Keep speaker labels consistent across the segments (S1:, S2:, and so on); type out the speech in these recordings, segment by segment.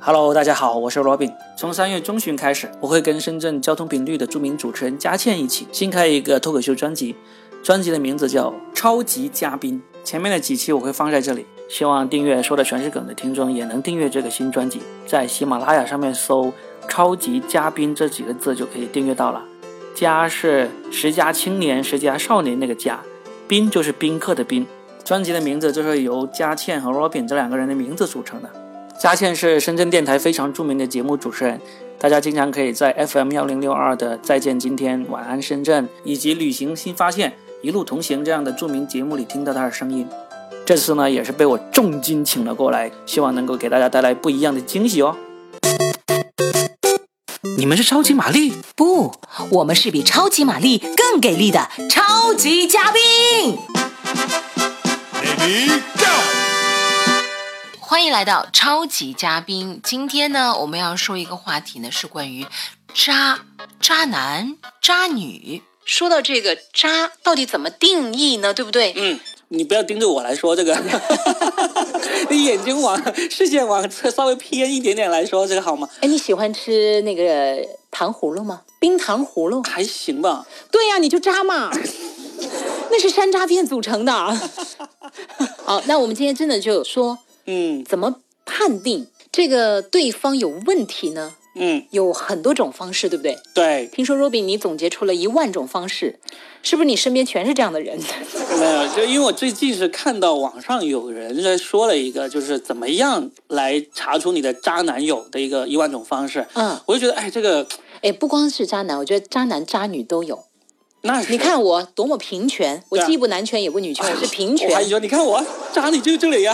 S1: Hello，大家好，我是 Robin。从三月中旬开始，我会跟深圳交通频率的著名主持人佳倩一起新开一个脱口秀专辑，专辑的名字叫《超级嘉宾》。前面的几期我会放在这里，希望订阅说的全是梗的听众也能订阅这个新专辑。在喜马拉雅上面搜“超级嘉宾”这几个字就可以订阅到了。嘉是十佳青年、十佳少年那个嘉，宾就是宾客的宾。专辑的名字就是由佳倩和 Robin 这两个人的名字组成的。佳倩是深圳电台非常著名的节目主持人，大家经常可以在 FM 幺零六二的《再见今天》《晚安深圳》以及《旅行新发现》《一路同行》这样的著名节目里听到她的声音。这次呢，也是被我重金请了过来，希望能够给大家带来不一样的惊喜哦。你们是超级玛丽？
S2: 不，我们是比超级玛丽更给力的超级嘉宾。
S3: Ready, go！
S2: 欢迎来到超级嘉宾。今天呢，我们要说一个话题呢，是关于渣、渣男、渣女。说到这个渣到底怎么定义呢？对不对？
S1: 嗯，你不要盯着我来说这 个，你眼睛往视线往侧稍微偏一点点来说这个好吗？
S2: 哎，你喜欢吃那个糖葫芦吗？冰糖葫芦？
S1: 还行吧，
S2: 对呀、你就渣嘛， 那是山楂片组成的。 好，那我们今天真的就说
S1: 嗯
S2: 怎么判定这个对方有问题呢？
S1: 嗯，
S2: 有很多种方式，对不对？
S1: 对，
S2: 听说 Robin 你总结出了一万种方式，是不是你身边全是这样的人？
S1: 没有，就因为我最近是看到网上有人在说了一个，就是怎么样来查出你的渣男友的一个一万种方式，
S2: 嗯，
S1: 我就觉得哎，这个
S2: 哎，不光是渣男，我觉得渣男渣女都有。
S1: 那是
S2: 你看我多么平权，我
S1: 对啊
S2: 既不男权也 不女权，我是平权
S1: 我。还说你看我渣女就这里呀、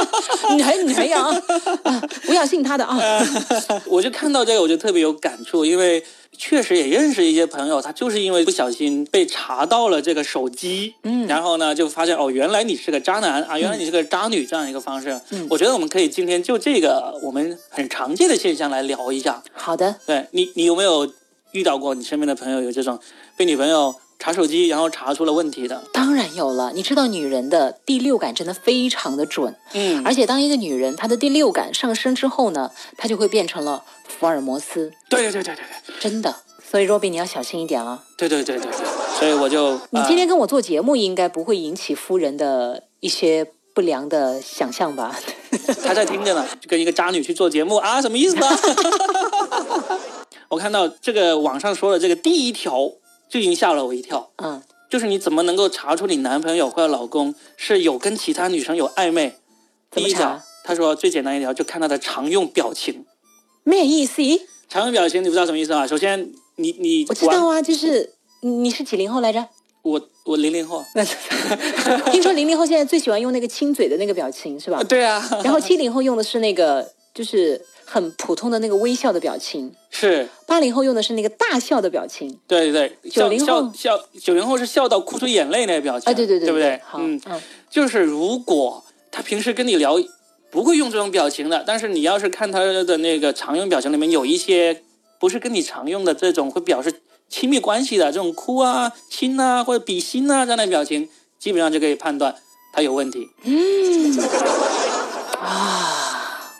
S2: 你还你 还要啊，啊不要信他的啊。
S1: 呃我就看到这个，我就特别有感触，因为确实也认识一些朋友，他就是因为不小心被查到了这个手机，
S2: 嗯
S1: 然后呢就发现哦，原来你是个渣男啊，原来你是个渣女这样一个方式。
S2: 嗯
S1: 我觉得我们可以今天就这个我们很常见的现象来聊一下。
S2: 好的，
S1: 对你，你有没有遇到过你身边的朋友有这种被女朋友查手机，然后查出了问题的？
S2: 当然有了。你知道女人的第六感真的非常的准，
S1: 嗯，
S2: 而且当一个女人她的第六感上升之后呢，她就会变成了福尔摩斯，
S1: 对对对对
S2: 真的。所以 Robin 你要小心一点啊。
S1: 对对对对对对，所以我就
S2: 你
S1: 呃
S2: 今天跟我做节目，应该不会引起夫人的一些不良的想象吧？
S1: 他在听着呢，就跟一个渣女去做节目啊，什么意思 啊？我看到这个网上说的这个第一条就已经吓了我一跳，
S2: 嗯，
S1: 就是你怎么能够查出你男朋友或者老公是有跟其他女生有暧昧？第
S2: 怎么
S1: 一条
S2: 查，
S1: 他说最简单一条，就看他的常用表情。
S2: 咩意思？
S1: 常用表情你不知道什么意思吗？啊首先，你你
S2: 我知道啊，就是你你是几零后来着？
S1: 我我零零后，
S2: 听说零零后现在最喜欢用那个亲嘴的那个表情是吧
S1: 啊？对啊，
S2: 然后七零后用的是那个就是很普通的那个微笑的表情，
S1: 是，
S2: 八零后用的是那个大笑的表情。
S1: 对对对，笑
S2: 90
S1: 笑
S2: 后
S1: 笑，九零后是笑到哭出眼泪那个表情，
S2: 啊，对对
S1: 对，
S2: 对
S1: 不对？
S2: 好，
S1: 嗯
S2: 嗯，，
S1: 就是如果他平时跟你聊不会用这种表情的，但是你要是看他的那个常用表情里面有一些不是跟你常用的这种会表示亲密关系的这种哭啊、亲啊或者比心啊这样的表情，基本上就可以判断他有问题。
S2: 啊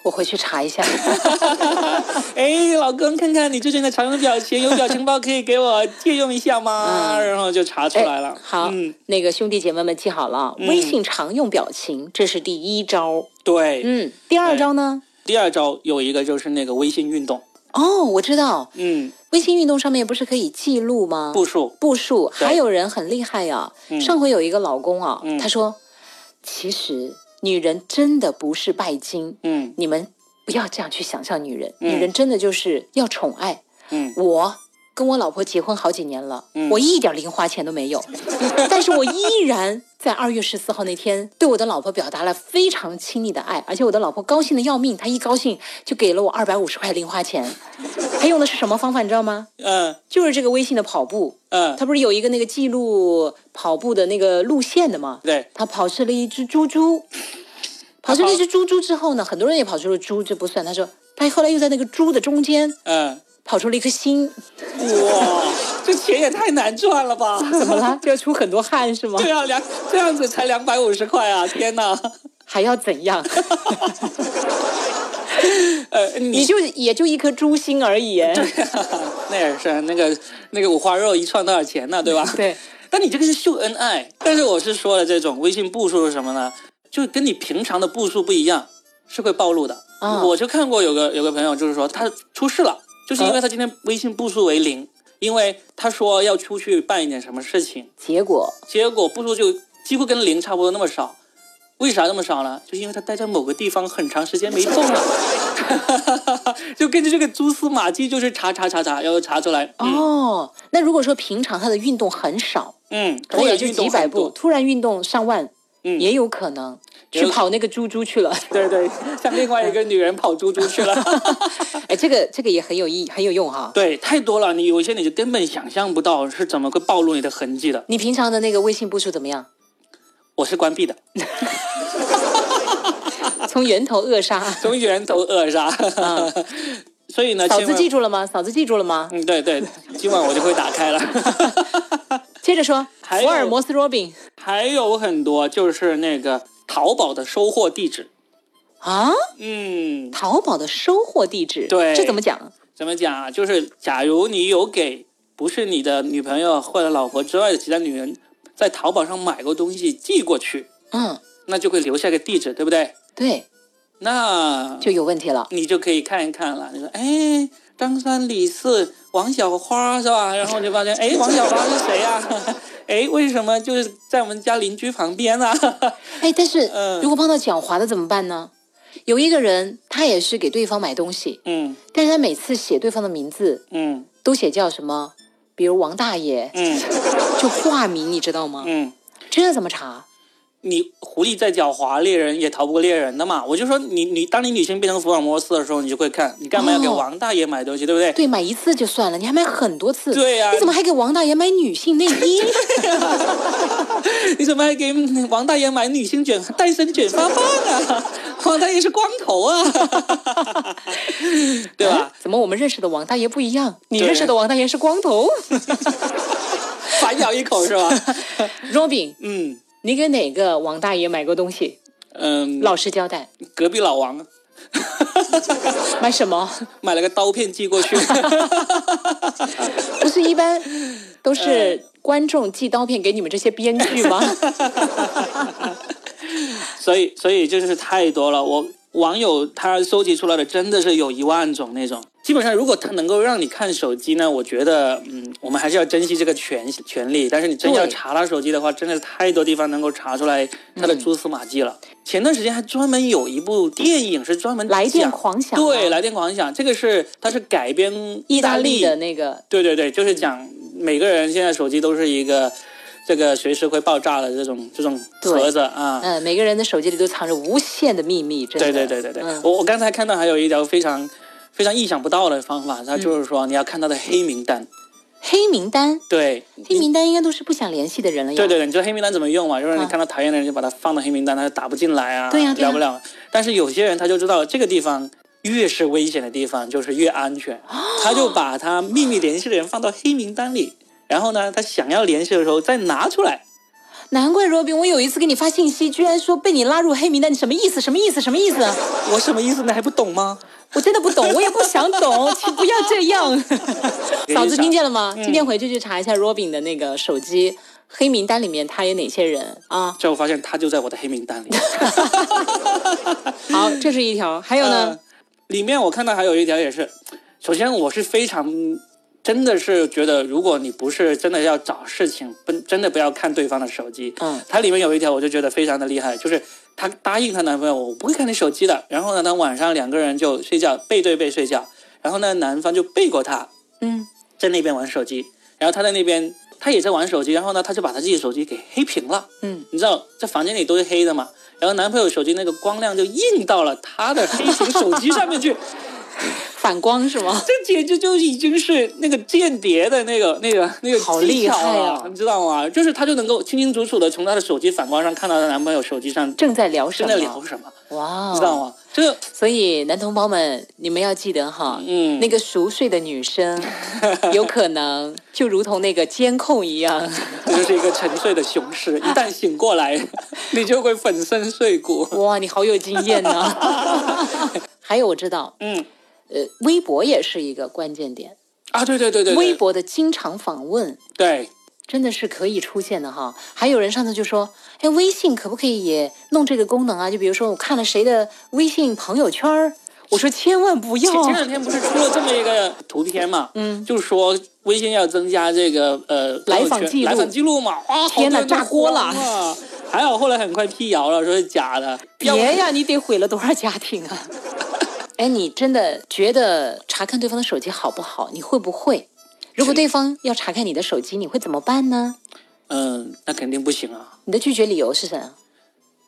S2: 我回去查一下。
S1: 哎，老公，看看你最近的常用表情，有表情包可以给我借用一下吗？
S2: 嗯哎
S1: 然后就查出来了。
S2: 好，
S1: 嗯，
S2: 那个兄弟姐妹们记好了啊，
S1: 嗯
S2: 微信常用表情，这是第一招。
S1: 对。
S2: 嗯，第二招呢？
S1: 第二招有一个就是那个微信运动，
S2: 哦，我知道，
S1: 嗯，
S2: 微信运动上面不是可以记录吗？
S1: 步数，
S2: 步数，
S1: 对
S2: 还有人很厉害呀、上回有一个老公啊，
S1: 嗯
S2: 他说，其实女人真的不是拜金，
S1: 嗯
S2: 你们不要这样去想象女人，
S1: 嗯
S2: 女人真的就是要宠爱。
S1: 嗯
S2: 我跟我老婆结婚好几年了，
S1: 嗯
S2: 我一点零花钱都 没有，但是我依然在二月十四号那天对我的老婆表达了非常亲密的爱，而且我的老婆高兴的要命，她一高兴就给了我二百五十块零花钱，她用的是什么方法你知道吗？
S1: 嗯
S2: 就是这个微信的跑步，
S1: 嗯，
S2: 它不是有一个那个记录跑步的那个路线的吗？
S1: 对，
S2: 它跑出了一只猪猪，跑出了一只猪猪之后呢，很多人也跑出了猪，这不算。他说他后来又在那个猪的中间
S1: 嗯，
S2: 跑出了一颗心，
S1: 哇，这钱也太难赚了吧？
S2: 怎么 了？就要出很多汗是吗？
S1: 对啊，两这样子才两百五十块啊！天哪，
S2: 还要怎样？
S3: 呃，
S2: 你就也就一颗猪心而已。
S3: 那也是啊那个那个五花肉一串多少钱呢？对吧？
S2: 对，
S3: 但你这个是秀恩爱，但是我是说了这种微信步数是什么呢？就跟你平常的步数不一样，是会暴露的。
S2: 啊
S3: 我就看过有个有个朋友，就是说他出事了，就是因为他今天微信步数为零，因为他说要出去办一点什么事情，
S2: 结果
S3: 结果步数就几乎跟零差不多那么少。为啥那么少呢？就是因为他待在某个地方很长时间没动了， 就根据这个蛛丝马迹，就是查查查查，然后查出来。嗯、
S2: 哦，那如果说平常他的运动很少，
S3: 嗯，
S2: 可能
S3: 我
S2: 也就
S3: 运动
S2: 几百
S3: 很多
S2: 步，，突然运动上万，
S3: 嗯
S2: 也有可能
S3: 也有
S2: 去跑那个猪猪去 了。
S3: 对对，像另外一个女人跑猪猪 去了。
S2: 哎，这个这个也很有意很有用哈。
S3: 对，太多了，你有一些你就根本想象不到是怎么会暴露你的痕迹的。
S2: 你平常的那个微信步数怎么样？
S3: 我是关闭的，
S2: 从源头扼杀。 嗯
S3: 从源头扼杀。嗯 所以呢，
S2: 嫂
S3: 千
S2: 子
S3: 万
S2: 记住了吗？嫂子记住了吗？
S3: 嗯，对对，今晚我就会打开了。
S2: 接着说，
S3: 还有
S2: 福尔摩斯 Robin
S3: 还有很多就是那个淘宝的收货地址，
S2: 啊，
S3: 嗯，
S2: 淘宝的收货地址，
S3: 对
S2: 这怎么讲？
S3: 怎么讲啊？就是假如你有给不是你的女朋友或者老婆之外的其他女人在淘宝上买过东西寄过去，
S2: 嗯，
S3: 那就会留下个地址，对不对？
S2: 对，
S3: 那
S2: 就有问题了。
S3: 你就可以看一看了。你说，哎，张三、李四、王小花是吧？然后就发现，哎，王小花是谁呀、啊？ 哎，为什么就是在我们家邻居旁边啊？
S2: 哎，但是、
S3: 嗯
S2: 如果碰到狡猾的怎么办呢？有一个人，他也是给对方买东西，
S3: 嗯
S2: 但是他每次写对方的名字
S3: 嗯
S2: 都写叫什么，比如王大爷，
S3: 嗯
S2: 就化名，你知道吗？
S3: 嗯，
S2: 这怎么查？
S3: 你狐狸再狡猾，猎人也逃不过猎人的嘛。我就说你，你当你女性变成福尔摩斯的时候，你就会看，你干嘛要给
S2: 哦
S3: 王大爷买东西，对不对？
S2: 对，买一次就算了，你还买很多次，
S3: 对呀
S2: 你怎么还给王大爷买女性内衣？
S3: 你怎么还给王大爷买女性卷戴森卷发棒啊？ 王大爷是光头啊， 对吧？
S2: 怎么我们认识的王大爷不一样？你
S3: 对
S2: 认识的王大爷是光头
S3: 反咬一口是吧？
S2: ，Robin，
S3: 嗯
S2: 你给哪个王大爷买过东西？
S3: 嗯，
S2: 老实交代，
S3: 隔壁老王
S2: 买什么？
S3: 买了个刀片寄过去，
S2: 不是一般
S3: 呃
S2: 都是观众寄刀片给你们这些编剧 吗？
S3: 所以所以就是太多了。我网友他收集出来的真的是有一万种那种。基本上，如果他能够让你看手机呢，我觉得，嗯，我们还是要珍惜这个权权利。但是你真要
S2: 对
S3: 查他手机的话，真的是太多地方能够查出来他的蛛丝马迹了。
S2: 嗯
S3: 前段时间还专门有一部电影是专门
S2: 来电
S3: 讲
S2: 狂想啊
S3: 对，来电狂想，这个是它是改编
S2: 意大
S3: 利
S2: 利的那个
S3: 对对对，就是讲每个人现在手机都是一个这个随时会爆炸的这种这种
S2: 对
S3: 盒子啊。
S2: 嗯，每个人的手机里都藏着无限的秘密，真的。
S3: 对对对对对，
S2: 嗯
S3: 我我刚才看到还有一条非常非常意想不到的方法，它就是说你要看它的黑名单。
S2: 黑名单，
S3: 对，
S2: 黑名单应该都是不想联系的人了呀。
S3: 对对对，你知道黑名单怎么用吗？就是你
S2: 啊
S3: 看到讨厌的人就把它放到黑名单，他就打不进来啊，
S2: 对呀对呀
S3: 聊不了。但是有些人他就知道这个地方。越是危险的地方，就是越安全。
S2: 哦
S3: 他就把他秘密联系的人放到黑名单里，然后呢，他想要联系的时候再拿出来，
S2: 难怪 Robin，我有一次给你发信息，居然说被你拉入黑名单，你什么意思？什么意思？什么意思？
S3: 我什么意思？你还不懂吗？
S2: 我真的不懂，我也不想 懂，请不要这样。嫂子听见了吗？今天回去去查一下 Robin 的那个手机黑名单里面他有哪些人啊？
S3: 最后发现他就在我的黑名单里。
S2: 好，这是一条，还有呢
S3: 呃？里面我看到还有一条也是，首先我是非常，真的是觉得，如果你不是真的要找事情，不真的不要看对方的手机。
S2: 嗯，
S3: 它里面有一条我就觉得非常的厉害，就是她答应她男朋友我不会看你手机的，然后呢，她晚上两个人就睡觉背对背睡觉，然后呢，男方就背过她，
S2: 嗯，
S3: 在那边玩手机，然后她在那边她也在玩手机，然后呢，她就把她自己手机给黑屏了。
S2: 嗯，
S3: 你知道这房间里都是黑的嘛，然后男朋友手机那个光亮就映到了她的黑屏手机上面去，
S2: 反光是吗？
S3: 这简直就已经是那个间谍的那个那个那个
S2: 好
S3: 技巧
S2: 厉害
S3: 了
S2: 啊
S3: 你知道吗？就是她就能够清清楚楚的从她的手机反光上看到她男朋友手机上
S2: 正在聊什
S3: 正
S2: 么？
S3: 在聊什么，
S2: 哇，哦
S3: 知道？吗？这个
S2: 所以男同胞们，你们要记得哈，
S3: 嗯
S2: 那个熟睡的女 生，有可能就如同那个监控一 样，
S3: 这就是一个沉睡的雄狮，一旦醒过 来，你就会粉身碎骨。
S2: 哇，你好有经验呢、啊还有我知道，
S3: 嗯
S2: 呃，微博也是一个关键点，
S3: 啊，对对对对，对
S2: 微博的经常访问
S3: 对
S2: 真的是可以出现的哈。还有人上次就说，哎，微信可不可以也弄这个功能啊？就比如说我看了谁的微信朋友圈儿，我说千万不要
S3: 前，前两天不是出了这么一个图片嘛，
S2: 哦嗯，
S3: 就是说微信要增加这个呃
S2: 来
S3: 朋友
S2: 访
S3: 圈
S2: 记录
S3: 来访记录嘛，哇，
S2: 天哪
S3: 好多人都
S2: 炸锅了
S3: 慌啊！还好后来很快辟谣了，说是假的。要不
S2: 别呀，你得毁了多少家庭 啊！哎，你真的觉得查看对方的手机好不好？你会不会？如果对方要查看你的手机，你会怎么办呢？
S3: 嗯，那肯定不行啊。
S2: 你的拒绝理由是啥？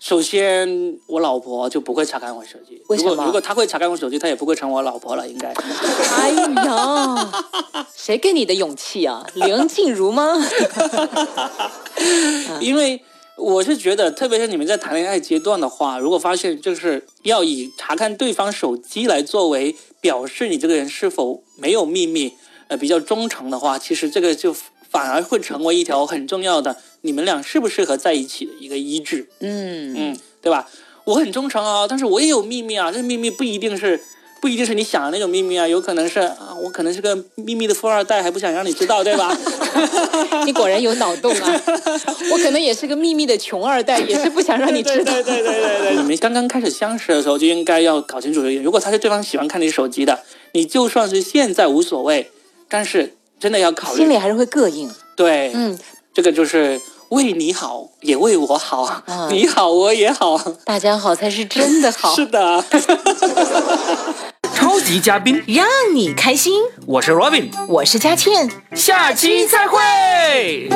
S3: 首先，我老婆就不会查看我手机。
S2: 为什
S3: 如
S2: 么
S3: 果如果她会查看我手机，她也不会成我老婆了，应该。
S2: 哎呀， 谁给你的勇气 啊？梁静茹吗？
S3: 因为我是觉得，特别是你们在谈恋爱阶段的话，如果发现就是要以查看对方手机来作为表示你这个人是否没有秘密，呃，比较忠诚的话，其实这个就反而会成为一条很重要的你们俩适不适合在一起的一个依据，
S2: 嗯，
S3: 嗯，对吧？我很忠诚啊，但是我也有秘密啊，这秘密不一定是。不一定是你想的那种秘密啊，有可能是啊，我可能是个秘密的富二代，还不想让你知道，对吧？
S2: 你果然有脑洞啊！我可能也是个秘密的穷二代，也是不想让你知道。
S3: 对对对对对对，你们刚刚开始相识的时候就应该要搞清楚这一点。如果他是对方喜欢看你手机的，你就算是现在无所谓，但是真的要考
S2: 心
S3: 虑
S2: 里。还是会膈应。
S3: 对，
S2: 嗯，
S3: 这个就是为你好，也为我好，
S2: 啊
S3: 你好我也好。
S2: 大家好才是真的好，
S3: 是的，
S1: 超级嘉宾，
S4: 让你开心。
S1: 我是 Robin，
S4: 我是佳倩。
S1: 下期再会。